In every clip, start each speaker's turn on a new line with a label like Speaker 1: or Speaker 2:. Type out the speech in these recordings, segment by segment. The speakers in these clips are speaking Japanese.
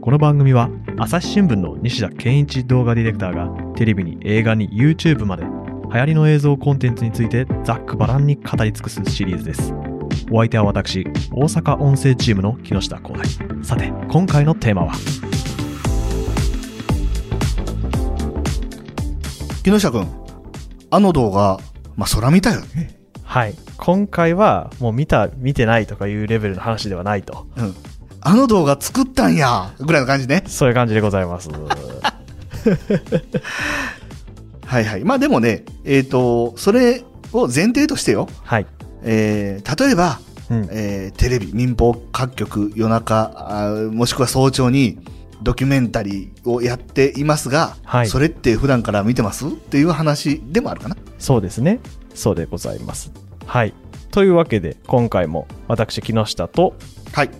Speaker 1: この番組は朝日新聞の西田健一動画ディレクターがテレビに映画に YouTube まで流行りの映像コンテンツについてざっくばらんに語り尽くすシリーズですお相手は私大阪音声チームの木下浩大さて今回のテーマは
Speaker 2: 木下君あの動画まあそら見たよ、
Speaker 1: はい今回はもう見た見てないとかいうレベルの話ではないと
Speaker 2: うん、あの動画作ったんやぐらいの感じね
Speaker 1: そういう感じでござい ます
Speaker 2: はいはいまあでもねえっ、とそれを前提としてよ、
Speaker 1: はい、
Speaker 2: えー例えば、
Speaker 1: うん
Speaker 2: えーテレビ民放各局夜中あーもしくは早朝にドキュメンタリーをやっていますが、
Speaker 1: はい
Speaker 2: それって普段から見てますっていう話でもあるかな
Speaker 1: そうですね。そうでございます。はい。というわけで、今回も私、木下と、
Speaker 2: はい、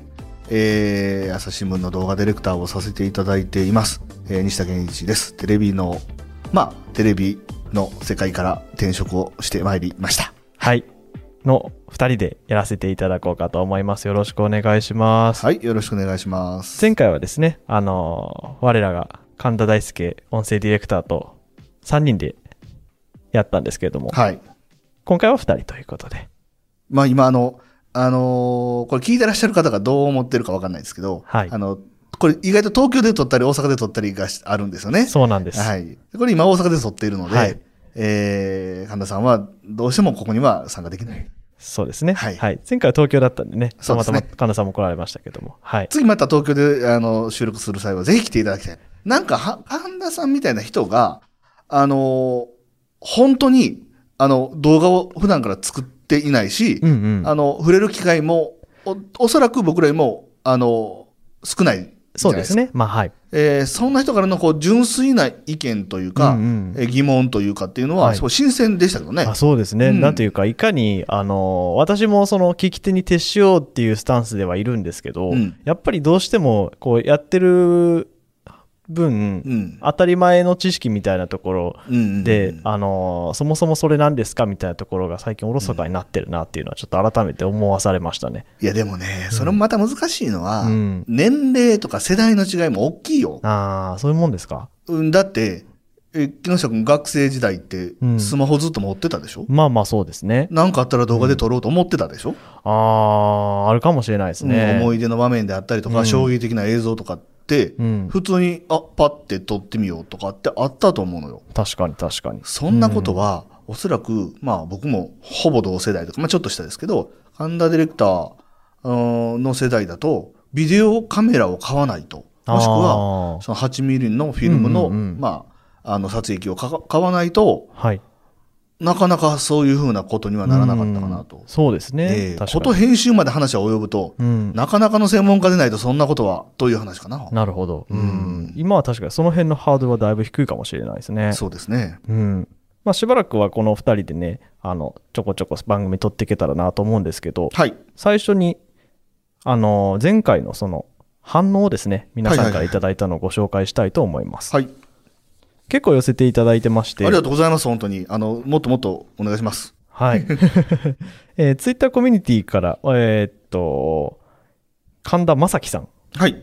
Speaker 2: えー朝日新聞の動画ディレクターをさせていただいています、えー西田健一ですテレビのまあテレビの世界から転職をしてまいりました
Speaker 1: はい、の2人でやらせていただこうかと思います。よろしくお願いします。
Speaker 2: はいよろしくお願いします
Speaker 1: 前回はですね、あのー我らが神田大輔音声ディレクターと3人でやったんですけれども、
Speaker 2: はい
Speaker 1: 今回は2人ということで、
Speaker 2: まあ今あのあのーこれ聞いてらっしゃる方がどう思ってるかわかんないですけど、
Speaker 1: はい
Speaker 2: あのこれ意外と東京で撮ったり大阪で撮ったりがしあるんですよね
Speaker 1: そうなんです。
Speaker 2: はいこれ今大阪で撮っているので、
Speaker 1: はい
Speaker 2: えー神田さんはどうしてもここには参加できない
Speaker 1: そうですね、
Speaker 2: はい
Speaker 1: 前回は東京だったんでね、
Speaker 2: そ
Speaker 1: た
Speaker 2: うで
Speaker 1: ますた
Speaker 2: ね
Speaker 1: ま神田さんも来られましたけども、はい。
Speaker 2: 次また東京であの収録する際はぜひ来ていただきたい。なんかは、神田さんみたいな人が、あのー本当に、あの、動画を普段から作っていないし、
Speaker 1: うんうん。
Speaker 2: あの、触れる機会も、おおそらく僕らよりも、あの、少ないじゃないか
Speaker 1: そうです。ね。まあ、はい。
Speaker 2: えーそんな人からの、こう、純粋な意見というか、
Speaker 1: うんうん
Speaker 2: えー疑問というかっていうのは、
Speaker 1: はい
Speaker 2: そう新鮮でしたけどね。
Speaker 1: あそうですね、
Speaker 2: うん
Speaker 1: なんていうかいかにあの私もその聞き手に徹しようっていうスタンスではいるんですけど、
Speaker 2: うん
Speaker 1: やっぱりどうしてもこうやってる分、
Speaker 2: うん。
Speaker 1: 当たり前の知識みたいなところ
Speaker 2: うんうんうん
Speaker 1: で、あのそもそもそれなんですかみたいなところが最近おろそかになってるなっていうのはちょっと改めて思わされましたね。
Speaker 2: いや、でもね、それもまた難しいのは、
Speaker 1: うん
Speaker 2: 年齢とか世代の違いも大きいよ。
Speaker 1: ああそういうもんですか
Speaker 2: うん、だって、え木下君学生時代って
Speaker 1: うん
Speaker 2: スマホずっと持ってたでしょ、
Speaker 1: まあまあそうですね。
Speaker 2: なんかあったら動画で撮ろうと思ってたでしょ、
Speaker 1: あああるかもしれないですね。
Speaker 2: うん思い出の場面であったりとか、
Speaker 1: うん
Speaker 2: 衝撃的な映像とかって、
Speaker 1: うん
Speaker 2: 普通に、あ、パッて撮ってみようとかってあったと思うのよ。
Speaker 1: 確かに確かに。
Speaker 2: そんなことは、おそらく、まあ僕もほぼ同世代とか、まあちょっと下ですけど、神田ディレクターうんの世代だと、ビデオカメラを買わないと。もしくは、
Speaker 1: は
Speaker 2: その8ミリのフィルムの、
Speaker 1: うんうんうん
Speaker 2: まあ、あの、撮影機をか買わないと、
Speaker 1: はい。
Speaker 2: なかなかそういうふうなことにはならなかったかな
Speaker 1: う
Speaker 2: と
Speaker 1: ん。そうですね。
Speaker 2: ええ
Speaker 1: 確か
Speaker 2: こ
Speaker 1: に
Speaker 2: と編集まで話は及ぶと、
Speaker 1: うん、
Speaker 2: なかなかの専門家でないとそんなことは、という話かな。
Speaker 1: なるほど、うん
Speaker 2: うん
Speaker 1: 今は確かにその辺のハードルはだいぶ低いかもしれないですね。
Speaker 2: そうですね。
Speaker 1: うんまあ、しばらくはこの2人でねあのちょこちょこ番組撮っていけたらなと思うんですけど
Speaker 2: はい。
Speaker 1: 最初にあの前回のその反応をですね皆さん
Speaker 2: はい
Speaker 1: から
Speaker 2: はいはい
Speaker 1: いただいたのをご紹介したいと思います、
Speaker 2: はい。
Speaker 1: 結構寄せていただいてまし
Speaker 2: あ
Speaker 1: て
Speaker 2: りがとうございます、本当に。あの、もっともっとお願いします。
Speaker 1: はい。えー、ツイッターコミュニティから、えーっと、神田正輝さん。
Speaker 2: はい。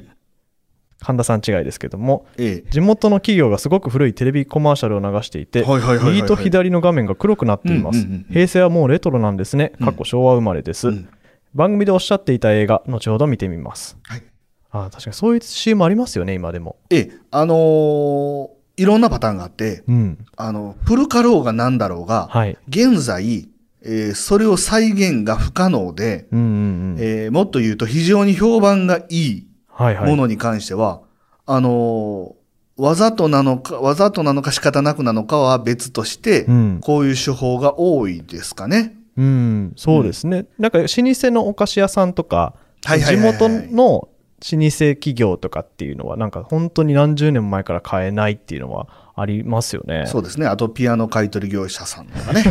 Speaker 1: 神田さん違いですけども、
Speaker 2: え
Speaker 1: 地元の企業がすごく古いテレビコマーシャルを流していて、
Speaker 2: はいはいはいはいはい
Speaker 1: 右と左の画面が黒くなっていま
Speaker 2: うん
Speaker 1: す
Speaker 2: うんうん。うん
Speaker 1: 平成はもうレトロなんですね。
Speaker 2: うん
Speaker 1: 過去昭和生まれで
Speaker 2: え
Speaker 1: す。
Speaker 2: うん
Speaker 1: 番組でおっしゃっていた映画、後ほど見てみます。
Speaker 2: はい。
Speaker 1: ああ、確かにそういう CM ありますよね、今でも。
Speaker 2: ええ、あのーいろんなパターンがあって、
Speaker 1: うん。
Speaker 2: あの、古かろうがなんだろうが、
Speaker 1: はい。
Speaker 2: 現在、えーそれを再現が不可能で、
Speaker 1: うんうんうん。
Speaker 2: えーもっと言うと非常に評判がいい
Speaker 1: はいはい。
Speaker 2: ものに関しては、あのーわざとなのか、わざとなのか仕方なくなのかは別として、
Speaker 1: うん
Speaker 2: こういう手法が多いですかね。
Speaker 1: うん、そうですね、なんか老舗のお菓子屋さんとか、
Speaker 2: はいはいはいはい
Speaker 1: 地元の老舗企業とかっていうのは、なんか本当に何十年も前から買えないっていうのはありますよね、
Speaker 2: そうですね。あと、ピアノ買取業者さんと かね。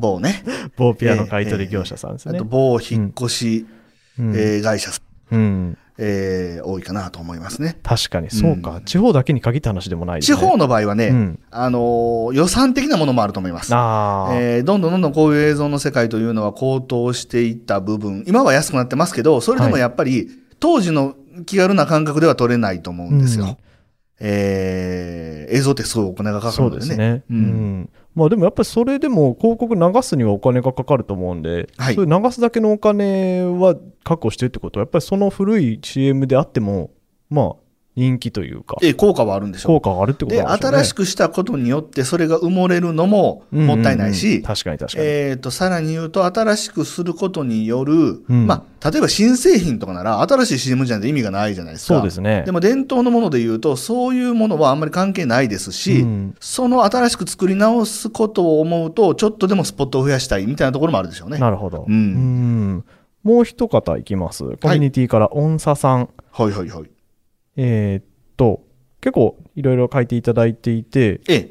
Speaker 2: 某ね。
Speaker 1: 某ピアノ買い取り業者さんです
Speaker 2: あ
Speaker 1: ね。
Speaker 2: と、某引っ越し、
Speaker 1: うん
Speaker 2: えー会社さん、
Speaker 1: うん
Speaker 2: えー多いかなと思いますね。
Speaker 1: 確かに、そうか、地方だけに限った話でもないですね。
Speaker 2: 地方の場合はね、
Speaker 1: うん
Speaker 2: あのー予算的なものもあると思います。
Speaker 1: あー
Speaker 2: えーどんどんどんどんこういう映像の世界というのは高騰していった部分、今は安くなってますけど、それでもやっぱり、当時の気軽な感覚では撮れないと思うんですよ。
Speaker 1: うん
Speaker 2: えー映像ってすごいお金がかか
Speaker 1: そ
Speaker 2: る
Speaker 1: うんで
Speaker 2: ですね。
Speaker 1: ね。う
Speaker 2: うんん
Speaker 1: まあでもやっぱりそれでも広告流すにはお金がかかると思うんで、
Speaker 2: はい
Speaker 1: それ流すだけのお金は確保してるってことは、やっぱりその古い CM であっても、まあ人気というか、
Speaker 2: え効果はあるんでしょう。
Speaker 1: 効果があるってこと
Speaker 2: で、
Speaker 1: なんでしょうね。
Speaker 2: 新しくしたことによってそれが埋もれるのも
Speaker 1: うんうんうん
Speaker 2: もったいないし、
Speaker 1: 確かに確かに。
Speaker 2: えー、とさらに言うと、新しくすることによる、
Speaker 1: うん
Speaker 2: まあ、例えば新製品とかなら、新しい CM じゃないと意味がないじゃないですか。
Speaker 1: そうですね。
Speaker 2: でも伝統のもので言うと、そういうものはあんまり関係ないですし、
Speaker 1: うん
Speaker 2: その新しく作り直すことを思うと、ちょっとでもスポットを増やしたいみたいなところもあるでしょうね。
Speaker 1: なるほど。
Speaker 2: うん
Speaker 1: んもう一方いきます。コミュニティから、音叉さん。
Speaker 2: はいはいはい。
Speaker 1: えーっと、結構いろいろ書いていただいていて、
Speaker 2: ええ、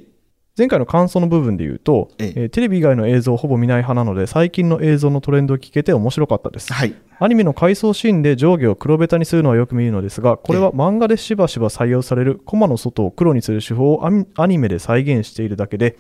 Speaker 1: 前回の感想の部分で言うと、え
Speaker 2: ええ
Speaker 1: ーテレビ以外の映像をほぼ見ない派なので、最近の映像のトレンドを聞けて面白かったです。
Speaker 2: はい。
Speaker 1: アニメの回想シーンで上下を黒ベタにするのはよく見るのですが、これは漫画でしばしば採用されるコマの外を黒にする手法をアミアニメで再現しているだけで、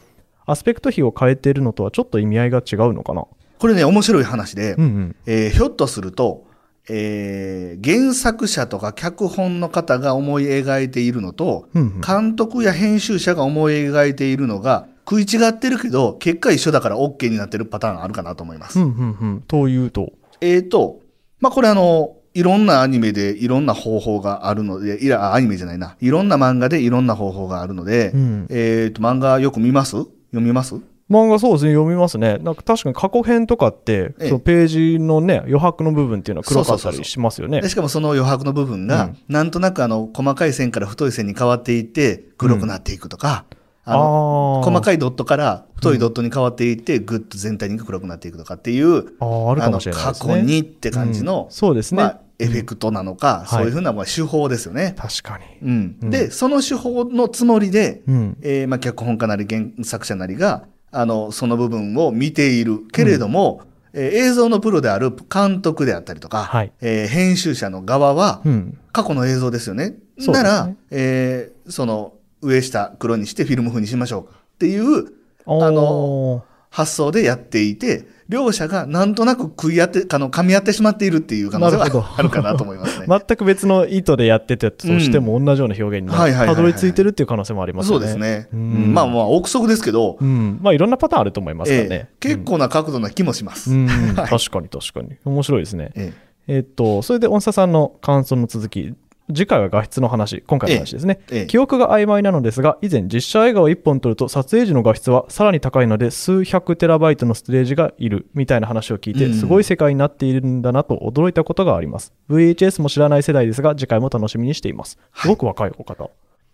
Speaker 1: アスペクト比を変えているのとはちょっと意味合いが違うのかな。
Speaker 2: これね、面白い話で、
Speaker 1: うんうん。
Speaker 2: えーひょっとすると、えー原作者とか脚本の方が思い描いているのと、
Speaker 1: うんうん
Speaker 2: 監督や編集者が思い描いているのが食い違ってるけど、結果一緒だから OK になってるパターンあるかなと思いま
Speaker 1: う
Speaker 2: す。
Speaker 1: んうんうん。というと。
Speaker 2: えーと、まあ、これあの、いろんなアニメでいろんな方法があるので、いや、あアニメじゃないな。いろんな漫画でいろんな方法があるので、
Speaker 1: うん
Speaker 2: えーと、漫画よく見ます読みます
Speaker 1: 漫画そうですね、読みますね。なんか確かに過去編とかって、
Speaker 2: ええ
Speaker 1: そのページのね、余白の部分っていうのは黒かったりしますよね
Speaker 2: で。しかもその余白の部分が、
Speaker 1: うん
Speaker 2: なんとなくあの細かい線から太い線に変わっていって黒くなっていくとか、あの
Speaker 1: あー
Speaker 2: 細かいドットから太いドットに変わっていって、ぐっと全体に黒くなっていくとかっていう
Speaker 1: あーあるかもしれないですね。
Speaker 2: あの過去にって感じの
Speaker 1: うんそうですね。
Speaker 2: まあ、エフェクトなの
Speaker 1: ん
Speaker 2: か、そういうふうなまあ手法ですよね。
Speaker 1: 確かに。
Speaker 2: うん
Speaker 1: うん
Speaker 2: でその手法のつもりで、
Speaker 1: うん。
Speaker 2: えーまあ、脚本家なり原作者なりがあのその部分を見ているけれども、えー映像のプロである監督であったりとか、
Speaker 1: はい
Speaker 2: えー編集者の側は
Speaker 1: うん。
Speaker 2: 過去の映像ですよね。
Speaker 1: そうですね
Speaker 2: なら、えーその上下黒にしてフィルム風にしましょうかっていうあの発想でやっていて両者がなんとなく食い合ってあの噛み合ってしまっているっていう可能性
Speaker 1: なるほど
Speaker 2: はあるかなと思い ますね。
Speaker 1: ー全く別の意図でやってたとしても同じような表現にな
Speaker 2: はいはいはいは
Speaker 1: た
Speaker 2: い
Speaker 1: どり着いてるっていう可能性もあります
Speaker 2: そ
Speaker 1: よ
Speaker 2: う
Speaker 1: ね。
Speaker 2: です。ね。
Speaker 1: う
Speaker 2: うんんまあまあ憶測ですけど、
Speaker 1: うん。まあいろんなパターンあると思いますから
Speaker 2: え
Speaker 1: ね
Speaker 2: え。結構な角度な気もします。
Speaker 1: うん。うん
Speaker 2: はい
Speaker 1: 確かに確かに。面白いですね。
Speaker 2: ええ
Speaker 1: えっと、それで、音叉さんの感想の続き。次回は画質の話、今回の話ですね、
Speaker 2: ええええ
Speaker 1: 記憶が曖昧なのですが、以前実写映画を1本撮ると撮影時の画質はさらに高いので数百テラバイトのストレージがいるみたいな話を聞いて、
Speaker 2: うん
Speaker 1: すごい世界になっているんだなと驚いたことがあります。VHS も知らない世代ですが、次回も楽しみにしています。すごく若いお方。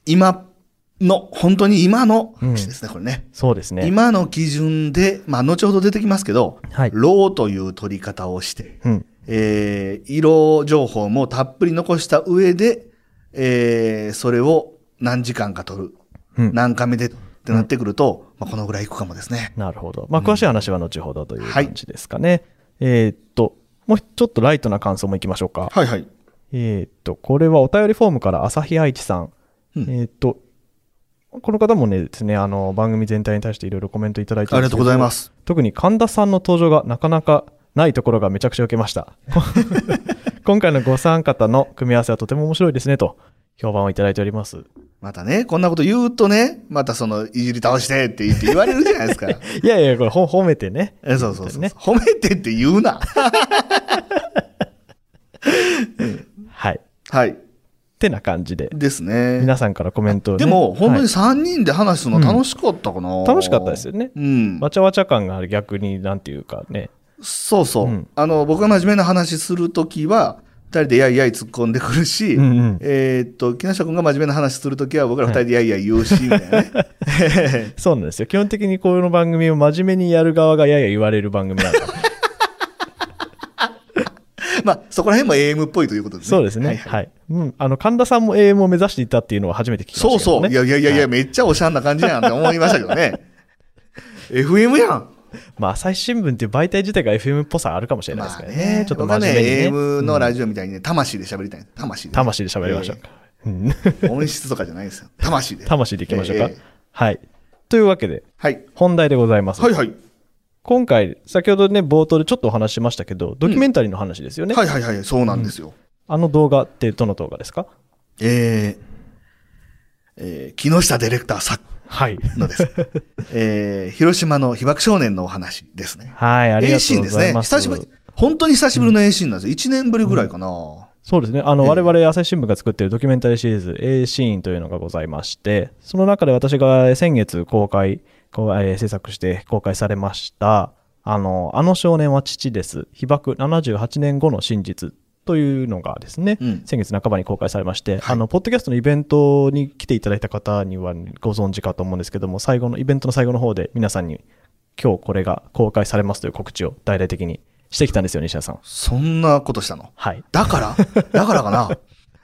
Speaker 2: 今の、本当に今の話ですね、これね。
Speaker 1: そうですね。
Speaker 2: 今の基準で、まあ、後ほど出てきますけど、
Speaker 1: はい
Speaker 2: ローという取り方をして、
Speaker 1: うん。
Speaker 2: えー色情報もたっぷり残した上で、えーそれを何時間か取る、
Speaker 1: うん
Speaker 2: 何回目でってなってくると、まあ、このぐらいいくかもですね。
Speaker 1: なるほど。まあ、詳しい話は後ほどという
Speaker 2: はい
Speaker 1: 感じですかね。えーっと、もうちょっとライトな感想もいきましょうか。
Speaker 2: はいはい。
Speaker 1: えーっと、これはお便りフォームから朝日愛知さん。
Speaker 2: うん
Speaker 1: えーっと、この方もね、ですね、あの、番組全体に対していろいろコメントいただいて
Speaker 2: ありがとうございますす。
Speaker 1: けど。特に神田さんの登場がなかなかないところがめちゃくちゃ受けました。 今回のご参方の組み合わせはとても面白いですねと、評判をいただいております。
Speaker 2: またね、こんなこと言うとね、またその、いじり倒してって言って言われるじゃないですか。
Speaker 1: いやいや、これほ褒めてね。
Speaker 2: えそうそうそうそう、
Speaker 1: ね
Speaker 2: 褒めてって言うな。
Speaker 1: はい。
Speaker 2: はい。
Speaker 1: ってな感じで、
Speaker 2: ですね。
Speaker 1: 皆さんからコメントをね、
Speaker 2: でも、本当
Speaker 1: は
Speaker 2: に3人で話すの楽しかったかな、
Speaker 1: い楽しかったですよね。
Speaker 2: うん。
Speaker 1: わちゃわちゃ感がある逆になんていうかね。
Speaker 2: そうそう。
Speaker 1: うん
Speaker 2: あの、僕が真面目な話するときは、二人でやいやい突っ込んでくるし、
Speaker 1: うんうん
Speaker 2: えーっと、木下君が真面目な話するときは、僕ら二人でやいやい言うし、みたいなね。
Speaker 1: そうなんですよ。基本的にこの番組を真面目にやる側がやや言われる番組 なんで。
Speaker 2: まあ、そこら辺も AM っぽいということですね。
Speaker 1: そうですね。は、
Speaker 2: はいいはい
Speaker 1: うん。あの、神田さんも AM を目指していたっていうのは初めて聞きましたけど、
Speaker 2: そ
Speaker 1: ね。
Speaker 2: うそう。いやいやいやいや、めっちゃおしゃんな感じやんって思いましたけどね。FM やん。
Speaker 1: まあ、朝日新聞っていう媒体自体が FM っぽさあるかもしれないです
Speaker 2: まあ
Speaker 1: けどね。
Speaker 2: ね。
Speaker 1: ちょっと
Speaker 2: 僕は
Speaker 1: 真
Speaker 2: ね、
Speaker 1: 面目にね。
Speaker 2: AM のラジオみたいにね、魂で喋りたい。魂で、
Speaker 1: 魂で喋りましょうか。うん
Speaker 2: えー音質とかじゃないですよ。魂で。
Speaker 1: 魂でいきましょうか、
Speaker 2: ええ
Speaker 1: はい。というわけで、
Speaker 2: はい。
Speaker 1: 本題でございます。
Speaker 2: はいはい。
Speaker 1: 今回、先ほどね、冒頭でちょっとお話ししましたけど、ドキュメンタリーの話ですよね。
Speaker 2: はいはいはい。そうなんですよ。
Speaker 1: あの動画ってどの動画ですか
Speaker 2: えーえー木下ディレクター作
Speaker 1: はい。
Speaker 2: のです。えー広島の被爆少年のお話ですね。
Speaker 1: はい、ありが
Speaker 2: A
Speaker 1: と
Speaker 2: シー
Speaker 1: う
Speaker 2: ン
Speaker 1: ご
Speaker 2: です
Speaker 1: ざい
Speaker 2: ね。
Speaker 1: ます。
Speaker 2: 久しぶり、本当に久しぶりの A シーンなんですよ。1年ぶりぐらいかな。
Speaker 1: そうですね。あの、
Speaker 2: ええ
Speaker 1: 我々朝日新聞が作っているドキュメンタリーシリーズ A シーンというのがございまして、その中で私が先月公開、こうえー制作して公開されました、あの、あの少年は父です。被爆78年後の真実というのがですね、
Speaker 2: うん
Speaker 1: 先月半ばに公開されまして、
Speaker 2: はい
Speaker 1: あの、ポッドキャストのイベントに来ていただいた方にはご存知かと思うんですけども、最後の、イベントの最後の方で皆さんに今日これが公開されますという告知を大々的にしてきたんですよ、西田さん。
Speaker 2: そんなことしたの
Speaker 1: はい。
Speaker 2: だからだからかな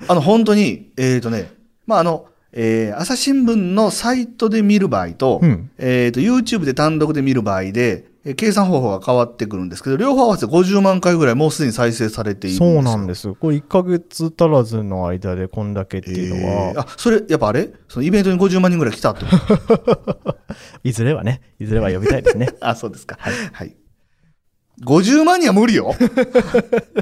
Speaker 2: あの、本当に、えっ、とね、まあ、あの、えー朝日新聞のサイトで見る場合と、
Speaker 1: うん
Speaker 2: えっ、と、YouTube で単独で見る場合で、えー計算方法が変わってくるんですけど、両方合わせて50万回ぐらいもうすでに再生されているんです
Speaker 1: そ
Speaker 2: よ
Speaker 1: うなんです。これ1ヶ月足らずの間でこんだけっていうのは、
Speaker 2: えーあ、それ、やっぱあれそのイベントに50万人ぐらい来たってこと
Speaker 1: いずれはね、いずれは呼びたいです ね。
Speaker 2: あ、そうですか。はい。50万人は無理よ。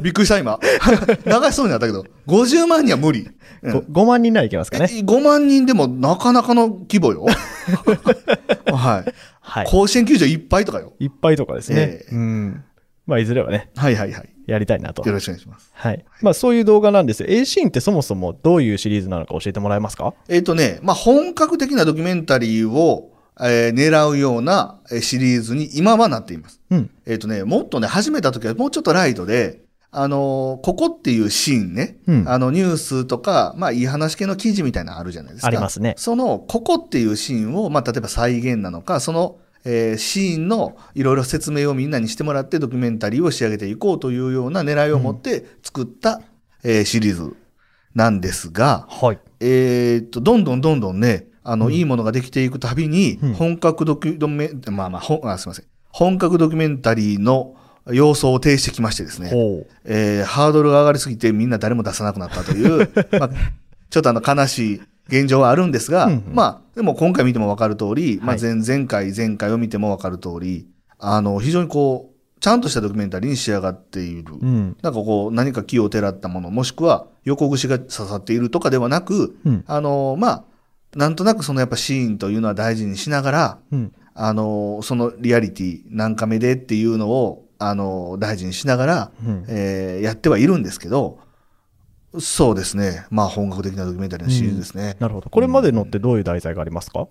Speaker 2: びっくりした、今。 流しそうになったけど、50万人は無理。うん
Speaker 1: ご 5, 万人ならいけますかね。
Speaker 2: え5万人でもなかなかの規 模よ。はい。
Speaker 1: はい。
Speaker 2: 甲子園球場いっぱいとかよ。
Speaker 1: いっぱいとかですね。
Speaker 2: ええ
Speaker 1: うん。まあ、いずれはね、
Speaker 2: はいはいはい。
Speaker 1: やりたいなと
Speaker 2: よ。ろしくお願いします。
Speaker 1: はい。まあ、そういう動画なんですよ。A シーンってそもそもどういうシリーズなのか教えてもらえますか
Speaker 2: えっ、とね、まあ、本格的なドキュメンタリーを、えー狙うようなえーシリーズに今はなっています。
Speaker 1: うん。
Speaker 2: えっ、とね、もっとね、始めた時はもうちょっとライトで、あのーここっていうシーンね、
Speaker 1: うん
Speaker 2: あのニュースとか、まあいい話系の記事みたいなのあるじゃないですか。
Speaker 1: ありますね
Speaker 2: その、ここっていうシーンを、まあ例えば再現なのか、その、えーシーンのいろいろ説明をみんなにしてもらってドキュメンタリーを仕上げていこうというような狙いを持って作った、えーシリーズなんですが、
Speaker 1: はい。
Speaker 2: えーっと、どんどんどんどんね、あの、いいものができていくたびに
Speaker 1: うん、
Speaker 2: 本格ドキュメン、まあまあ、ほんあすいません。本格ドキュメンタリーの様相を呈してきましてですね、
Speaker 1: ほう。
Speaker 2: えーハードルが上がりすぎてみんな誰も出さなくなったと いう、まあ、ちょっとあの、悲しい現状はあるんですが、
Speaker 1: うんうん
Speaker 2: まあ、でも今回見てもわかる通り、
Speaker 1: は
Speaker 2: まあ
Speaker 1: い
Speaker 2: 前、前回、前回を見てもわかる通り、あの、非常にこう、ちゃんとしたドキュメンタリーに仕上がっている。
Speaker 1: うん。
Speaker 2: なんかこう、何か気をてらったもの、もしくは横串が刺さっているとかではなく、
Speaker 1: うん。
Speaker 2: あのまあ、なんとなくそのやっぱシーンというのは大事にしながら、
Speaker 1: うん。
Speaker 2: あのそのリアリティ何カ目でっていうのを、あの大事にしながら、
Speaker 1: うん
Speaker 2: えーやってはいるんですけど、そうですね。まあ本格的なドキュメンタリーのシリーズですね。
Speaker 1: なるほど。これまでのってどういう題材がありますか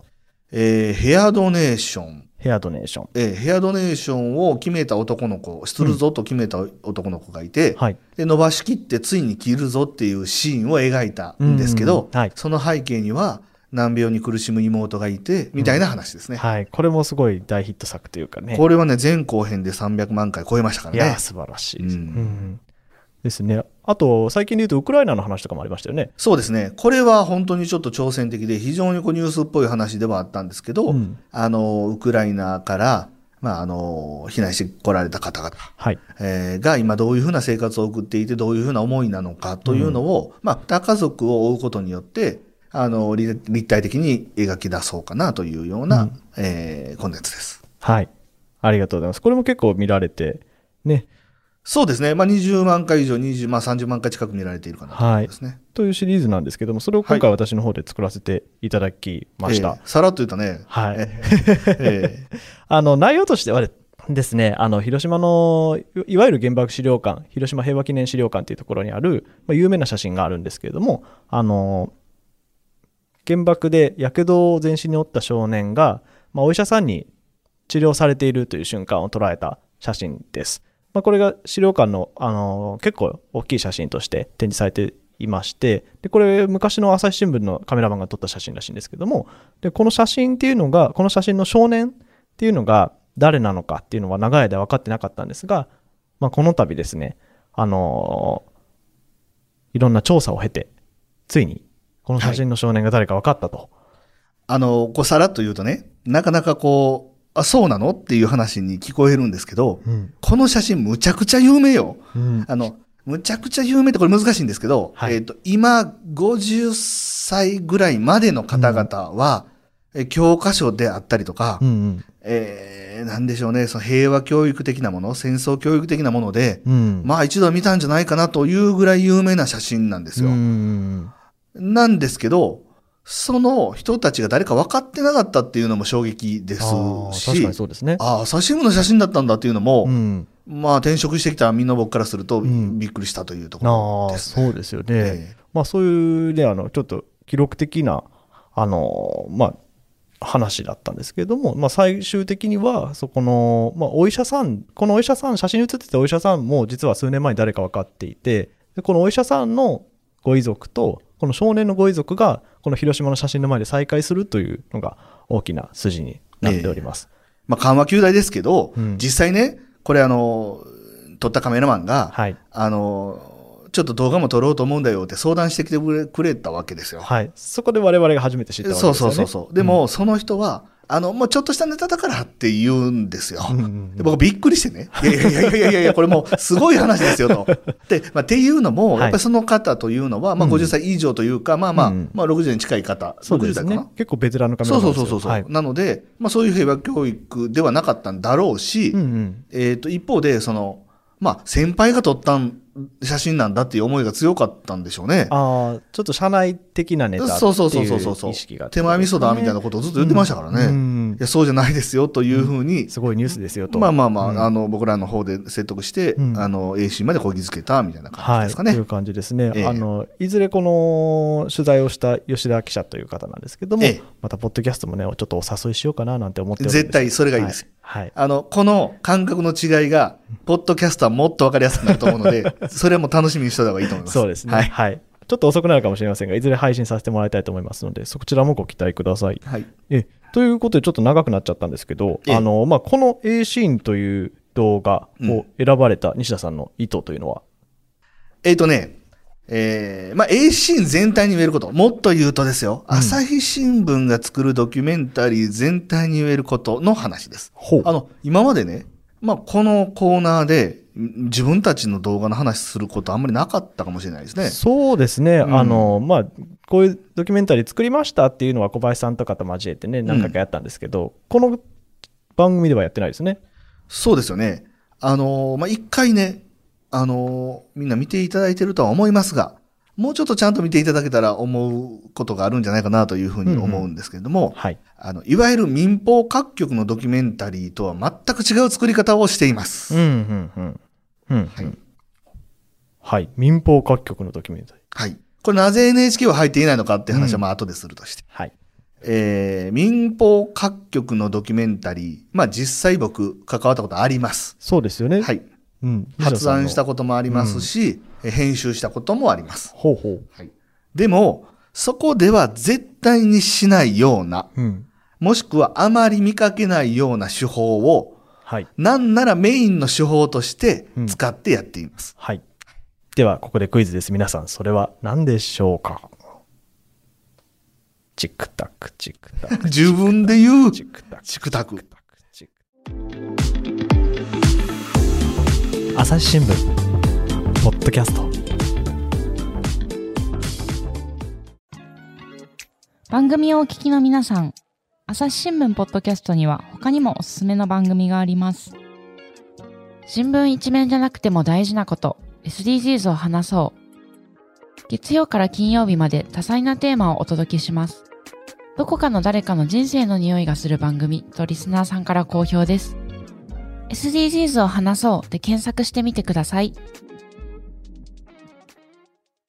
Speaker 2: えーヘアドネーション。
Speaker 1: ヘアドネーション。
Speaker 2: えーヘアドネーションを決めた男の子、するぞと決めた男の子がいて、
Speaker 1: はい。
Speaker 2: で伸ばしきってついに切るぞっていうシーンを描いたんですけど、
Speaker 1: うんはい
Speaker 2: その背景には難病に苦しむ妹がいてみたいな話ですね、
Speaker 1: はい。これもすごい大ヒット作というかね。
Speaker 2: これはね前後編で300万回超えましたから
Speaker 1: い
Speaker 2: ね
Speaker 1: やー、素晴らしいです,、
Speaker 2: うん
Speaker 1: うんですね。あと、最近で言うと、ウクライナの話とかもありましたよね。
Speaker 2: そうですねこれは本当にちょっと挑戦的で非常にこうニュースっぽい話ではあったんですけど、
Speaker 1: うん
Speaker 2: あのウクライナから、まあ、あの避難してこられた方々
Speaker 1: はい。
Speaker 2: えーが今どういうふうな生活を送っていてどういうふうな思いなのかというのを、まあ、2家族を追うことによってあの立立体的に描き出そうかなというような、
Speaker 1: うん
Speaker 2: えーコンテンツです。
Speaker 1: はい。ありがとうございます。これも結構見られて、ね。
Speaker 2: そうですね、まあ、20万回以上20、まあ、30万回近く見られているかなと思いますね。
Speaker 1: というシリーズなんですけども、それを今回私の方で作らせていただきました。
Speaker 2: えーさらっと言ったね。
Speaker 1: はい
Speaker 2: えーえー
Speaker 1: あの、内容としてはですね、あの、広島の、いいわゆる原爆資料館、広島平和記念資料館というところにある、まあ、有名な写真があるんですけれども、あの、原爆で火傷を全身に負った少年が、まあ、お医者さんに治療されているという瞬間を捉えた写真です。まあ、これが資料館の、あの結構大きい写真として展示されていまして、で、これ昔の朝日新聞のカメラマンが撮った写真らしいんですけども、で、この写真っていうのが、この写真の少年っていうのが誰なのかっていうのは長い間分かってなかったんですが、まあ、この度ですね、あのいろんな調査を経て、ついにこの写真の少年が誰か分かったと。
Speaker 2: あのこうさらっと言うとねなかなかこうあそうなのっていう話に聞こえるんですけど、
Speaker 1: うん
Speaker 2: この写真むちゃくちゃ有名よ。
Speaker 1: うん
Speaker 2: あの、むちゃくちゃ有名ってこれ難しいんですけど、
Speaker 1: はい
Speaker 2: えっ、と、今50歳ぐらいまでの方々は、え教科書であったりとか、
Speaker 1: うんうん
Speaker 2: ええーなんでしょうね、その平和教育的なもの、戦争教育的なもので、
Speaker 1: うん。
Speaker 2: まあ一度は見たんじゃないかなというぐらい有名な写真なんですよ。
Speaker 1: うん
Speaker 2: なんですけど、その人たちが誰か分かってなかったっていうのも衝撃です
Speaker 1: あー確か
Speaker 2: し
Speaker 1: に、そうですね。
Speaker 2: ああ、朝日新聞の写真だったんだっていうのも、
Speaker 1: うん。
Speaker 2: まあ転職してきたみんな僕からすると
Speaker 1: うん
Speaker 2: びっくりしたというところ
Speaker 1: ああ、
Speaker 2: ですね。
Speaker 1: そうですよね。
Speaker 2: ええ
Speaker 1: まあそういうね、あの、ちょっと記録的な、あの、まあ、話だったんですけれども、まあ最終的には、そこの、まあお医者さん、このお医者さん、写真に写ってたお医者さんも実は数年前に誰か分かっていて、でこのお医者さんのご遺族と、この少年のご遺族が、この広島の写真の前で再会するというのが大きな筋になっております。
Speaker 2: まあ緩和球大ですけど、
Speaker 1: うん
Speaker 2: 実際ね、これあの、撮ったカメラマンが、
Speaker 1: はい。
Speaker 2: あの、ちょっと動画も撮ろうと思うんだよって相談してきてくれくれたわけですよ。
Speaker 1: はい。そこで我々が初めて知ったわけです
Speaker 2: そ
Speaker 1: よ
Speaker 2: う
Speaker 1: ね。
Speaker 2: そうそうそう。でも、その人は、あの、もうちょっとしたネタだからって言うんですよ。
Speaker 1: うんうん
Speaker 2: で僕びっくりしてね。いやいやいやいや いやいや、これもうすごい話ですよと。で、まあ、っていうのも、
Speaker 1: はい
Speaker 2: やっぱりその方というのは、まあ
Speaker 1: うん
Speaker 2: 50歳以上というか、まあまあ、
Speaker 1: うん
Speaker 2: まあ60に近い方、
Speaker 1: そう
Speaker 2: 60
Speaker 1: で
Speaker 2: 代
Speaker 1: す
Speaker 2: か
Speaker 1: ね
Speaker 2: な。。
Speaker 1: 結構ベテランのカメ
Speaker 2: そ
Speaker 1: ラ
Speaker 2: う
Speaker 1: マ
Speaker 2: そ
Speaker 1: ン
Speaker 2: う
Speaker 1: です
Speaker 2: そ
Speaker 1: よ
Speaker 2: うそうそう、
Speaker 1: はい
Speaker 2: なので、まあそういう平和教育ではなかったんだろうし、
Speaker 1: うんうん。
Speaker 2: えっ、と、一方で、その、まあ先輩が撮ったん写真なんだっていう思いが強かったんでしょうね。
Speaker 1: ああ、ちょっと社内的なネタって
Speaker 2: そうそうそう
Speaker 1: い
Speaker 2: そうそうう
Speaker 1: 意識が、
Speaker 2: 手前味噌だみたいな
Speaker 1: こ
Speaker 2: ことをずっと言ってましたからね。いや、そうじゃないですよというふうに、
Speaker 1: すごいニュースですよと。
Speaker 2: まあまあまあ、
Speaker 1: うん
Speaker 2: あの、僕らの方で説得して、
Speaker 1: うん
Speaker 2: あの、A までこぎつけたみたいな感
Speaker 1: はい、
Speaker 2: じです
Speaker 1: と
Speaker 2: かね。
Speaker 1: いう感じですね、
Speaker 2: ええ
Speaker 1: あの。いずれこの取材をした吉田記者という方なんですけども、
Speaker 2: ええ
Speaker 1: またポッドキャストもね、ちょっとお誘いしようかななんて思っておるんです
Speaker 2: 絶対それがいいです。。
Speaker 1: はい。はい
Speaker 2: あの、この感覚の違いが、ポッドキャストはもっとわかりやすくなると思う ので、それはもう楽しみにしといた方がいいと思います。
Speaker 1: そうですね、は。
Speaker 2: はいい。
Speaker 1: ちょっと遅くなるかもしれませんが、いずれ配信させてもらいたいと思いますので、そちらもご期待ください。
Speaker 2: はい。
Speaker 1: えということで、ちょっと長くなっちゃったんですけど、
Speaker 2: ええ
Speaker 1: あのまあ、この A シーンという動画を選ばれた西田さんの意図というのは、
Speaker 2: えっ、とね、えー、まあ、A シーン全体に言えること。もっと言うとですよ、
Speaker 1: うん
Speaker 2: 朝日新聞が作るドキュメンタリー全体に言えることの話です。
Speaker 1: ほう
Speaker 2: あの、今までね、まあ、このコーナーで、ん自分たちの動画の話することあんまりなかったかもしれないですね。
Speaker 1: そうですね、
Speaker 2: うん
Speaker 1: あのまあ、こういうドキュメンタリー作りましたっていうのは小林さんとかと交えてね、何回かやったんですけど、この番組ではやってないですね。
Speaker 2: そうですよね。あのーまあ、一回ね、あのーみんな見ていただいてるとは思いますが、もうちょっとちゃんと見ていただけたら思うことがあるんじゃないかなというふうに思うんですけれども、
Speaker 1: はい、
Speaker 2: あの、いわゆる民放各局のドキュメンタリーとは全く違う作り方をしていま
Speaker 1: う
Speaker 2: す。
Speaker 1: んうんうんうん
Speaker 2: は
Speaker 1: はいい、民放各局のドキュメンタリー、
Speaker 2: はい。これなぜ NHK は入っていないのかっていう話はまあ後でするとして。
Speaker 1: はい
Speaker 2: えー民放各局のドキュメンタリー、まあ実際僕関わったことあります。
Speaker 1: そうですよね、
Speaker 2: はい。
Speaker 1: うん、西田
Speaker 2: 発
Speaker 1: さんの
Speaker 2: 案したこともありますし、え編集したこともあります。
Speaker 1: ほうほう、
Speaker 2: はい。でも、そこでは絶対にしないような、
Speaker 1: うん
Speaker 2: もしくはあまり見かけないような手法を、
Speaker 1: はい
Speaker 2: なんならメインの手法として使ってやっています。
Speaker 1: はい、ではここでクイズです皆さんそれは何でしょうかチクタクチクタ ク
Speaker 2: 自分で言う、
Speaker 1: チクタク
Speaker 2: チクタク。
Speaker 1: チク
Speaker 3: 朝日新聞ポッドキャスト
Speaker 4: 番組をお聞きの皆さん、朝日新聞ポッドキャストには他にもおすすめの番組があります。新聞一面じゃなくても大事なこと、SDGs を話そう。月曜から金曜日まで多彩なテーマをお届けします。どこかの誰かの人生の匂いがする番組とリスナーさんから好評です。SDGs を話そうで検索してみてください。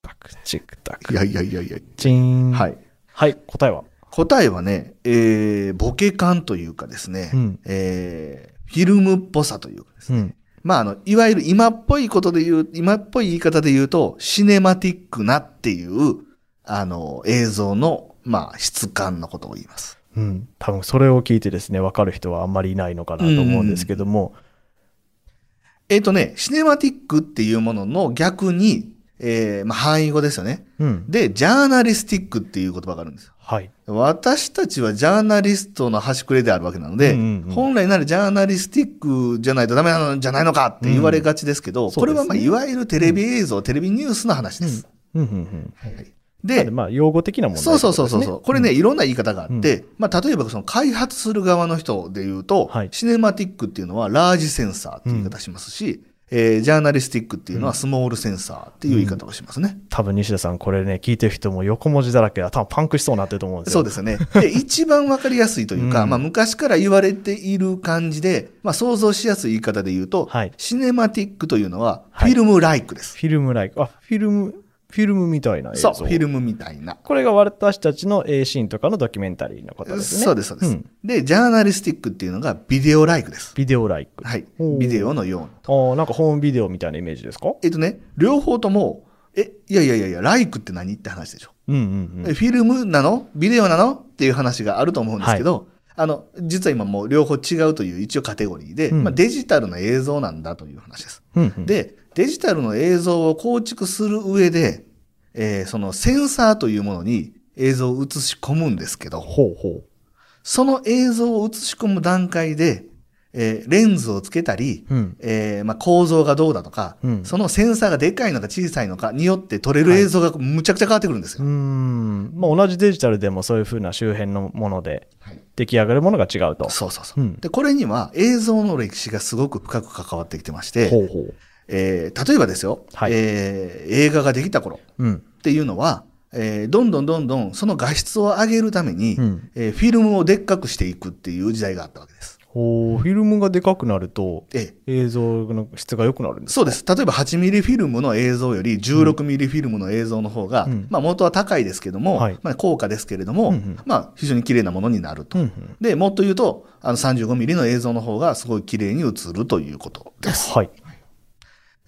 Speaker 1: タクチクタク
Speaker 2: いやいやいやいや。
Speaker 1: チーン、
Speaker 2: はいい。
Speaker 1: はい、答えは
Speaker 2: 答えはね、えー、ボケ感というかですね、
Speaker 1: うん
Speaker 2: えー、フィルムっぽさというかですね
Speaker 1: うん
Speaker 2: まあ、あの、いわゆる今っぽいことで言う、今っぽい言い方で言うと、シネマティックなっていう、あの、映像の、まあ、質感のことを言います。
Speaker 1: うん、多分それを聞いてですね分かる人はあんまりいないのかなと思うんですけども、
Speaker 2: えっ、とね、シネマティックっていうものの逆に、えー、まあ、範囲語ですよね。
Speaker 1: うん
Speaker 2: で、ジャーナリスティックっていう言葉があるんですよ。
Speaker 1: はい、
Speaker 2: 私たちはジャーナリストの端くれであるわけなので、
Speaker 1: うんうんうん
Speaker 2: 本来ならジャーナリスティックじゃないとダメなんじゃないのかって言われがちですけど、
Speaker 1: ん
Speaker 2: これはまあ、
Speaker 1: そうですね
Speaker 2: いわゆるテレビ映像、テレビニュースの話です。
Speaker 1: うんうんうん、
Speaker 2: はいは
Speaker 1: なん
Speaker 2: いで
Speaker 1: で、まあ、用語的なもの
Speaker 2: そうそうそうそうそう。これね、いろんな言い方があって、
Speaker 1: う
Speaker 2: まあ、例えばその開発する側の人で言うと、
Speaker 1: はい
Speaker 2: シネマティックっていうのはラージセンサーっていう言い方しますし、えージャーナリスティックっていうのはスモールセンサーっていう言い方をしますね。
Speaker 1: 多分西田さん、これね、聞いてる人も横文字だらけだ、多分パンクしそうになってると思うんです
Speaker 2: そ
Speaker 1: よ。
Speaker 2: うですね。 で、一番わかりやすいというか、
Speaker 1: うん
Speaker 2: まあ昔から言われている感じで、まあ想像しやすい言い方で言うと、
Speaker 1: はい
Speaker 2: シネマティックというのはフ
Speaker 1: はい
Speaker 2: ィルムライクです。
Speaker 1: フィルムライク、あ、フィルム、フィルムみたいな映
Speaker 2: そ
Speaker 1: 像。
Speaker 2: う、フィルムみたいな。
Speaker 1: これが私たちの A シーンとかのドキュメンタリーのことですね。
Speaker 2: そうです、そうです、
Speaker 1: ん
Speaker 2: で、ジャーナリスティックっていうのがビデオライクです。
Speaker 1: ビデオライク。
Speaker 2: はい
Speaker 1: おー。
Speaker 2: ビデオのように。
Speaker 1: あーなんかホームビデオみたいなイメージですか
Speaker 2: えっとね、両方とも、え、いやいやいやいや、ライクって何って話でしょ。
Speaker 1: うんうんう
Speaker 2: え
Speaker 1: ん。
Speaker 2: フィルムなのビデオなのっていう話があると思うんですけど、あの、実は今もう両方違うという一応カテゴリーで、
Speaker 1: うん
Speaker 2: まあ、デジタルの映像なんだという話です。
Speaker 1: うんうん、
Speaker 2: で、デジタルの映像を構築する上で、えーそのセンサーというものに映像を映し込むんですけど、
Speaker 1: ほうほ
Speaker 2: その映像を映し込む段階で、えーレンズをつけたり、
Speaker 1: う。うん。
Speaker 2: えーまあ、構造がどうだとか、
Speaker 1: うん
Speaker 2: そのセンサーがでかいのか小さいのかによって撮れる映像がむちゃくちゃ変わってくるんです
Speaker 1: う
Speaker 2: よ。
Speaker 1: ーん。まあ、同じデジタルでもそういうふうな周辺のもので
Speaker 2: はい
Speaker 1: 出来上がるものが違うと。
Speaker 2: そうそうそう。
Speaker 1: うん
Speaker 2: で、これには映像の歴史がすごく深く関わってきてまして、
Speaker 1: ほうほう。
Speaker 2: えー例えばですよ、
Speaker 1: はい
Speaker 2: えー映画ができた頃
Speaker 1: うん。
Speaker 2: っていうのは、えーどんどんどんどんその画質を上げるために、
Speaker 1: うん
Speaker 2: えーフィルムをでっかくしていくっていう時代があったわけです。
Speaker 1: ほう、フィルムがでかくなると、
Speaker 2: ええ
Speaker 1: 映像の質が良くなるんですか
Speaker 2: そうです。例えば8ミリフィルムの映像より16ミリフィルムの映像の方が、
Speaker 1: うん
Speaker 2: まあ元は高いですけども、
Speaker 1: はい
Speaker 2: まあ高価ですけれども、
Speaker 1: うんうん
Speaker 2: まあ非常に綺麗なものになると。
Speaker 1: うんうん。
Speaker 2: で、もっと言うと、あの35ミリの映像の方がすごい綺麗に映るということです。
Speaker 1: はい。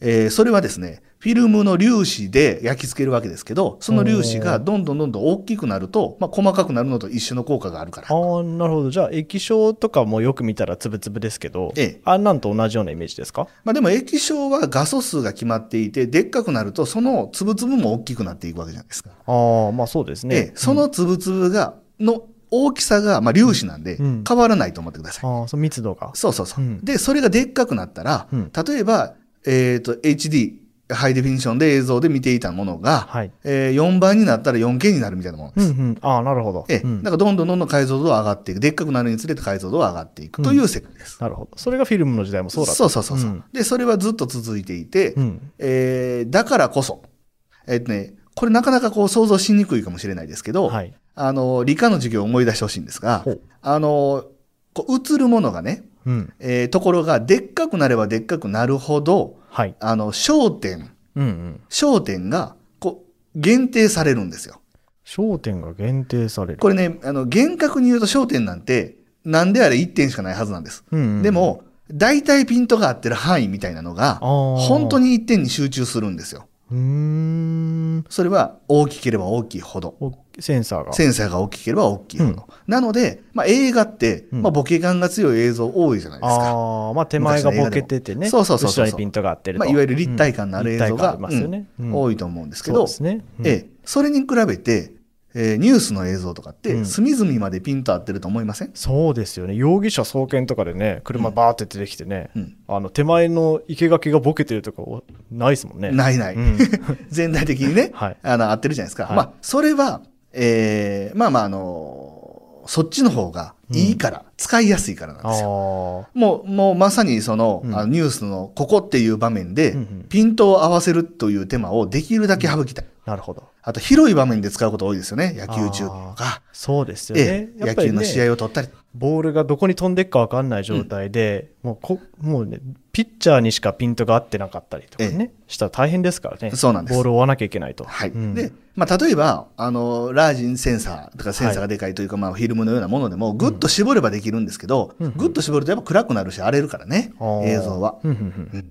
Speaker 2: えーそれはですね、フィルムの粒子で焼き付けるわけですけど、その粒子がどんどんどんどん大きくなると、まあ細かくなるのと一緒の効果があるから。
Speaker 1: ああ、なるほど。じゃあ、液晶とかもよく見たらつぶつぶですけど、
Speaker 2: ええ
Speaker 1: あんなんと同じようなイメージですか
Speaker 2: まあでも液晶は画素数が決まっていて、でっかくなるとその粒々も大きくなっていくわけじゃないですか。
Speaker 1: ああ、まあそうですね。
Speaker 2: ええその粒々が、の大きさが、まあ、粒子なんで、
Speaker 1: うん
Speaker 2: 変わらないと思ってください。
Speaker 1: ああ、その密度が。
Speaker 2: そうそうそう。
Speaker 1: うん
Speaker 2: で、それがでっかくなったら、
Speaker 1: うん
Speaker 2: 例えば、えっ、と、HD、ハイデフィニションで映像で見ていたものが、
Speaker 1: はい。
Speaker 2: えー4倍になったら 4K になるみたいなもの
Speaker 1: う
Speaker 2: で
Speaker 1: ん
Speaker 2: す。
Speaker 1: うん。ああ、なるほど。
Speaker 2: ええ
Speaker 1: うん
Speaker 2: だからどんどんどんどん解像度は上がっていく。でっかくなるにつれて解像度は上がっていくという世界です。
Speaker 1: なるほど。それがフィルムの時代もそうだった。
Speaker 2: そうそうそうそう、
Speaker 1: ん
Speaker 2: で、それはずっと続いていて、
Speaker 1: うん。
Speaker 2: えーだからこそ、えっ、とね、これなかなかこう想像しにくいかもしれないですけど、
Speaker 1: はい。
Speaker 2: あの、理科の授業を思い出してほしいんですが
Speaker 1: ほう、
Speaker 2: あの、こう映るものがね、
Speaker 1: うん。
Speaker 2: えーところがでっかくなればでっかくなるほど、
Speaker 1: はい。
Speaker 2: あの、焦点、
Speaker 1: うんうん。
Speaker 2: 焦点が、こう、限定されるんですよ。
Speaker 1: 焦点が限定される。
Speaker 2: これね、あの、厳格に言うと焦点なんて、なんであれ1点しかないはずなんです。
Speaker 1: うんうん
Speaker 2: で、も、大体ピントが合ってる範囲みたいなのが、
Speaker 1: あー
Speaker 2: 本当に1点に集中するんですよ。
Speaker 1: うーん。
Speaker 2: それは大きければ大きいほど。
Speaker 1: おセンサーが。
Speaker 2: センサーが大きければ大きいほど。
Speaker 1: うん
Speaker 2: なので、まあ、映画って、
Speaker 1: うん
Speaker 2: まあ、ボケ感が強い映像多いじゃないですか。
Speaker 1: ああ、まあ手前がボケててね。
Speaker 2: そうそうそうそう
Speaker 1: 後ろにピントが合ってると。
Speaker 2: まあ、いわゆる立体感のある映像が、
Speaker 1: うん立体感ありますよね。
Speaker 2: うん
Speaker 1: うん
Speaker 2: 多いと思うんですけ
Speaker 1: そう
Speaker 2: ど、
Speaker 1: ですね。うん
Speaker 2: ええそれに比べて、えーニュースの映像とかって、
Speaker 1: うん
Speaker 2: 隅々までピンと合ってると思いません、
Speaker 1: そうですよね。容疑者送検とかでね、車バーって出てきてね、
Speaker 2: うん
Speaker 1: あの手前の生垣がボケてるとかおないですもんね。
Speaker 2: ないない。
Speaker 1: うん
Speaker 2: 全体的にね、
Speaker 1: はい
Speaker 2: あの合ってるじゃないですか。
Speaker 1: はい
Speaker 2: まあ、それは、えーまあまあ、あのーそっちの方がいいから、使いやすいからなん
Speaker 1: あ
Speaker 2: ですよ。
Speaker 1: ー
Speaker 2: もう、もうまさにその、
Speaker 1: うん
Speaker 2: あのニュースのここっていう場面で、
Speaker 1: うんうん
Speaker 2: ピントを合わせるという手間をできるだけ省きたい。
Speaker 1: なるほど。
Speaker 2: あと、広い場面で使うこと多いですよね。野球中とか、
Speaker 1: そうですよ
Speaker 2: え
Speaker 1: ね。
Speaker 2: え
Speaker 1: や
Speaker 2: 野
Speaker 1: っぱり
Speaker 2: 球
Speaker 1: ね
Speaker 2: の試合を取ったり。
Speaker 1: ボールがどこに飛んでいくか分かんない状態で、もうこもうね、ピッチャーにしかピントが合ってなかったりとかね、したら大変ですからね、
Speaker 2: そうなんです
Speaker 1: ボールを追わなきゃいけないと。
Speaker 2: はい。
Speaker 1: うん
Speaker 2: で、まあ、例えば、あの、ラージンセンサーとかセンサーがでかいというか、まあ、フィルムのようなものでも、ぐっと絞ればできるんですけど、
Speaker 1: うんうん
Speaker 2: ぐっと絞るとやっぱ暗くなるし、荒れるからね
Speaker 1: あ、ー
Speaker 2: 映像は。
Speaker 1: うんうんうん
Speaker 2: うん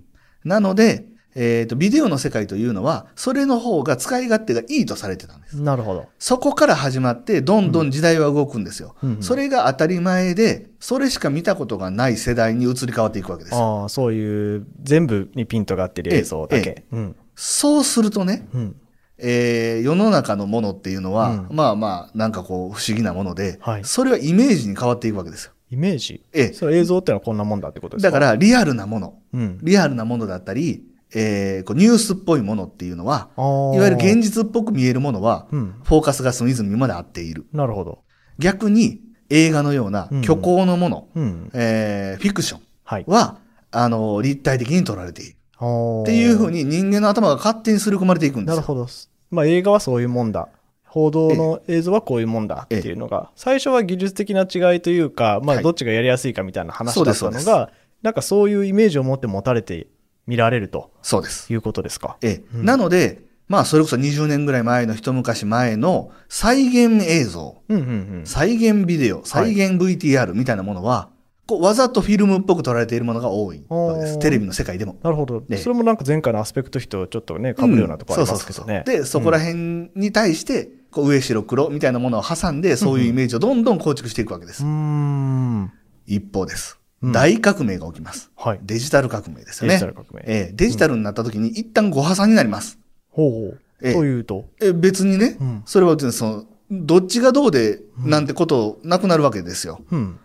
Speaker 2: なので、えっ、と、ビデオの世界というのは、それの方が使い勝手がいいとされてたんです。
Speaker 1: なるほど。
Speaker 2: そこから始まって、どんどん時代は動くんですよ。
Speaker 1: うんうん
Speaker 2: それが当たり前で、それしか見たことがない世代に移り変わっていくわけですよ。
Speaker 1: ああ、そういう全部にピントが合ってる映像だけ。うん
Speaker 2: そうするとね、
Speaker 1: うん
Speaker 2: えー世の中のものっていうのは、
Speaker 1: う
Speaker 2: まあまあ、なんかこう、不思議なもので、
Speaker 1: はい
Speaker 2: それはイメージに変わっていくわけですよ。
Speaker 1: イメージ
Speaker 2: ええ
Speaker 1: それ映像ってのはこんなもんだってことですか
Speaker 2: だから、リアルなもの、
Speaker 1: うん
Speaker 2: リアルなものだったり、えーこうニュースっぽいものっていうのは、
Speaker 1: あー
Speaker 2: いわゆる現実っぽく見えるものは、
Speaker 1: うん。
Speaker 2: フォーカスが隅々まで合っている。
Speaker 1: なるほど。
Speaker 2: 逆に映画のような
Speaker 1: うん
Speaker 2: 虚構のもの、
Speaker 1: うん。
Speaker 2: えーフィクション
Speaker 1: はい。
Speaker 2: は、あの、立体的に取られている。
Speaker 1: っ
Speaker 2: っていうふうに人間の頭が勝手に刷り込まれていくんで
Speaker 1: な
Speaker 2: す
Speaker 1: る
Speaker 2: よ。
Speaker 1: ほど。まあ映画はそういうもんだ。報道の映像はこういうもんだっていうのが、最初は技術的な違いというか、まあ
Speaker 2: はい
Speaker 1: どっちがやりやすいかみたいな話だった
Speaker 2: そうで
Speaker 1: の
Speaker 2: す
Speaker 1: が、
Speaker 2: そ
Speaker 1: なんかそういうイメージを持って持たれて見られると
Speaker 2: そうです。
Speaker 1: いうことですか。
Speaker 2: ええ
Speaker 1: うん
Speaker 2: なので、まあ、それこそ20年ぐらい前の一昔前の再現映像、
Speaker 1: うんうんうん。
Speaker 2: 再現ビデオ、再現 VTR みたいなものは、こうわざとフィルムっぽく撮られているものが多いわけで
Speaker 1: お
Speaker 2: す。
Speaker 1: ー
Speaker 2: テレビの世界でも。
Speaker 1: なるほど、
Speaker 2: ええ
Speaker 1: それもなんか前回のアスペクト比とちょっとね、かぶるようなところありますけどね。
Speaker 2: うんそうそうそうで、そこら
Speaker 1: へん
Speaker 2: 辺に対して、こう上白黒みたいなものを挟んで、そういうイメージをどんどん構築していくわけです。
Speaker 1: うん。う
Speaker 2: 一方です。
Speaker 1: ーん。
Speaker 2: 大革命が起きます。
Speaker 1: はい。
Speaker 2: デジタル革命ですよ
Speaker 1: デ
Speaker 2: ね。
Speaker 1: ジタル革命。
Speaker 2: ええデジタルになった時に一旦誤破産になります。
Speaker 1: ほうほう。
Speaker 2: ええ
Speaker 1: というと。
Speaker 2: え別にね、
Speaker 1: うん
Speaker 2: それは別にその、どっちがどうでなんてことなくなるわけですよ。
Speaker 1: うん。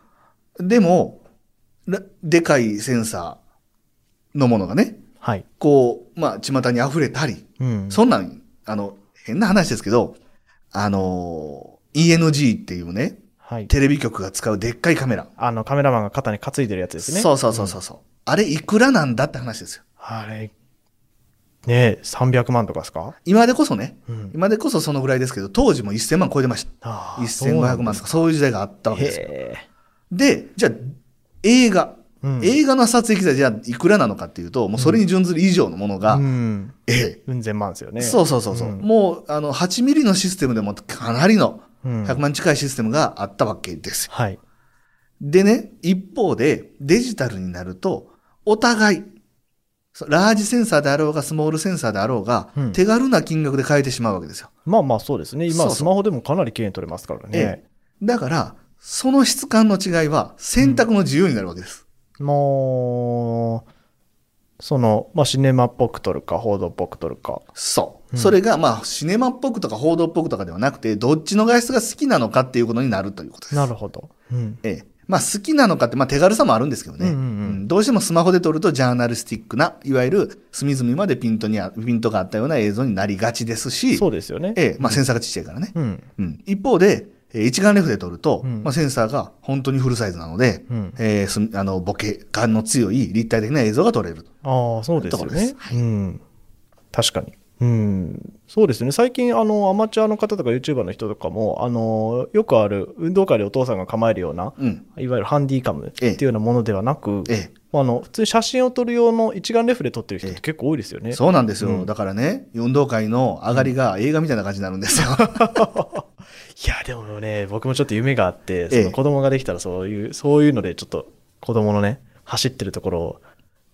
Speaker 2: でも、らでかいセンサーのものがね、
Speaker 1: はい。
Speaker 2: こう、まあ、巷に溢れたり、
Speaker 1: うん。
Speaker 2: そんなん、あの、変な話ですけど、あのー、ENG っていうね、
Speaker 1: はい。
Speaker 2: テレビ局が使うでっかいカメラ。
Speaker 1: あの、カメラマンが肩に担いでるやつですね。
Speaker 2: そうそうそうそうそう。あれいくらなんだって話ですよ。
Speaker 1: あれ、ねえ、300万とかですか
Speaker 2: 今でこそね、
Speaker 1: うん
Speaker 2: 今でこそそのぐらいですけど、当時も1000万超えてました。
Speaker 1: ああ
Speaker 2: 1500万とか、そういう時代があったわけですよ。
Speaker 1: へえ。
Speaker 2: で、じゃあ、映画。
Speaker 1: うん
Speaker 2: 映画の撮影機材じゃあいくらなのかっていうと、もうそれに準ずる以上のものが、
Speaker 1: うん。
Speaker 2: え
Speaker 1: うん、千万ですよね。
Speaker 2: え、そうそうそうそう、
Speaker 1: ん
Speaker 2: もうあの8ミリのシステムでもかなりの
Speaker 1: うん
Speaker 2: 100万近いシステムがあったわけですよ。
Speaker 1: はい。
Speaker 2: でね、一方でデジタルになると、お互い、そうラージセンサーであろうがスモールセンサーであろうが、
Speaker 1: うん
Speaker 2: 手軽な金額で買えてしまうわけですよ。
Speaker 1: まあまあそうですね。
Speaker 2: そ
Speaker 1: 今、
Speaker 2: うそう
Speaker 1: スマホでもかなり綺麗に撮れますからね
Speaker 2: え。だから、その質感の違いは選択の自由になるわけです。
Speaker 1: もう、その、まあシネマっぽく撮るか、報道っぽく撮るか。
Speaker 2: そう。
Speaker 1: うん
Speaker 2: それが、まあ、シネマっぽくとか報道っぽくとかではなくて、どっちの外出が好きなのかっていうことになるということです。
Speaker 1: なるほど。うん。
Speaker 2: ええ。まあ、好きなのかって、まあ、手軽さもあるんですけど
Speaker 1: う
Speaker 2: ね。
Speaker 1: んうんうん
Speaker 2: どうしてもスマホで撮ると、ジャーナリスティックな、いわゆる隅々までピントにあ、ピントがあったような映像になりがちですし、
Speaker 1: そうですよね。
Speaker 2: ええ、まあ、センサーがちっちゃいからね。
Speaker 1: うん。
Speaker 2: うん。一方で、えー一眼レフで撮ると、
Speaker 1: うん
Speaker 2: まあ、センサーが本当にフルサイズなので、
Speaker 1: うん
Speaker 2: えーすあのボケ感の強い立体的な映像が撮れると。
Speaker 1: ああ、そうですよ
Speaker 2: ところで
Speaker 1: ね
Speaker 2: す。
Speaker 1: うん。確かに。うん、そうですね最近あのアマチュアの方とか YouTuber の人とかもあのよくある運動会でお父さんが構えるような
Speaker 2: うん。
Speaker 1: いわゆるハンディカムって
Speaker 2: ええ
Speaker 1: いうようなものではなく、
Speaker 2: え
Speaker 1: あの普通に写真を撮る用の一眼レフで撮ってる人って
Speaker 2: ええ
Speaker 1: 結構多いですよね。
Speaker 2: え。そうなんですよ。
Speaker 1: うん
Speaker 2: だからね、運動会の上がりが映画みたいな感じになるんですよ。
Speaker 1: いやでもね僕もちょっと夢があって
Speaker 2: ええ
Speaker 1: その子供ができたらそういう、そういうのでちょっと子供のね走ってるところを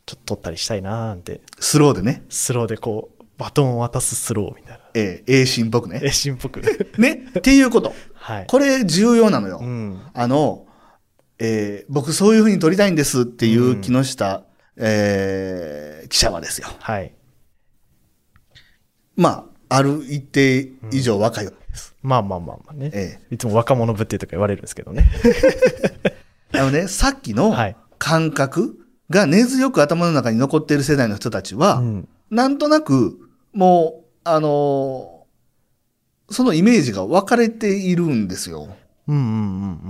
Speaker 1: ちょっと撮ったりしたいなーって
Speaker 2: スローでね。
Speaker 1: スローでこうバトンを渡すスローみたいな。
Speaker 2: ええ、映心っぽく
Speaker 1: え、
Speaker 2: ね。
Speaker 1: 新っぽく。
Speaker 2: ね。っていうこと。
Speaker 1: はい。
Speaker 2: これ重要なのよ。
Speaker 1: うん。
Speaker 2: あの、えー僕そういうふうに撮りたいんですっていう木下、えー記者はですよ。
Speaker 1: はい。
Speaker 2: まあ、ある一定以上若いわけです。
Speaker 1: まあまあまあまあね。
Speaker 2: え
Speaker 1: いつも若者ぶってとか言われるんですけどね。
Speaker 2: あのね、さっきの
Speaker 1: はい
Speaker 2: 感覚が根強く頭の中に残っている世代の人たちは、
Speaker 1: うん
Speaker 2: なんとなく、もう、あのーそのイメージが分かれているんですよ。
Speaker 1: うんう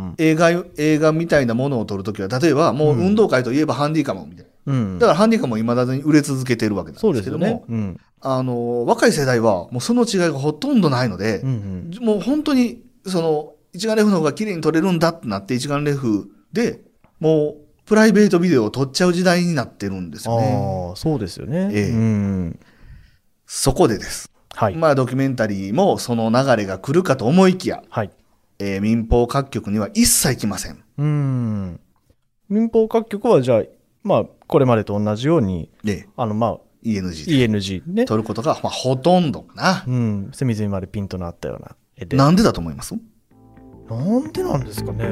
Speaker 1: ん
Speaker 2: 映画、映画みたいなものを撮るときは、例えばもう運動会といえばハンディカムみたい
Speaker 1: う
Speaker 2: な。
Speaker 1: んうん。うん。
Speaker 2: だからハンディカムも未だに売れ続けているわけなん
Speaker 1: そう
Speaker 2: で
Speaker 1: ですす
Speaker 2: け
Speaker 1: よ
Speaker 2: ども、
Speaker 1: ね。うん。
Speaker 2: あのー若い世代はもうその違いがほとんどないので、
Speaker 1: うんうん。
Speaker 2: もう本当に、その、一眼レフの方が綺麗に撮れるんだってなって、一眼レフで、もう、プライベートビデオを撮っちゃう時代になってるんですよね。
Speaker 1: ああ、そうですよね。
Speaker 2: ええ
Speaker 1: うん。
Speaker 2: そこでです。
Speaker 1: はい。
Speaker 2: まあ、ドキュメンタリーもその流れが来るかと思いきや、
Speaker 1: はい。
Speaker 2: えー民放各局には一切来ません。
Speaker 1: うん。民放各局はじゃあ、まあ、これまでと同じように、
Speaker 2: で、
Speaker 1: あの、まあ、
Speaker 2: ENG で
Speaker 1: ENG ね。
Speaker 2: 撮ることが、まあ、ほとんどかな。
Speaker 1: うん。隅々までピントのあったような絵で。
Speaker 2: なんでだと思います
Speaker 1: なんでなんですかね。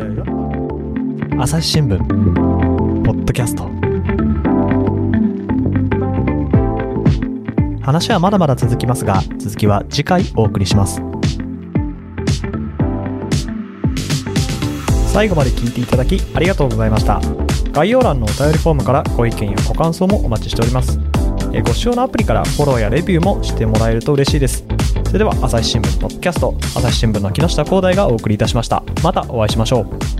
Speaker 3: 朝日新聞ポッドキャスト話はまだまだ続きますが続きは次回お送りします最後まで聞いていただきありがとうございました概要欄のお便りフォームからご意見やご感想もお待ちしております
Speaker 1: えーご視聴のアプリからフォローやレビューもしてもらえると嬉しいですそれでは朝日新聞ポッドキャスト朝日新聞の木下光大がお送りいたしましたまたお会いしましょう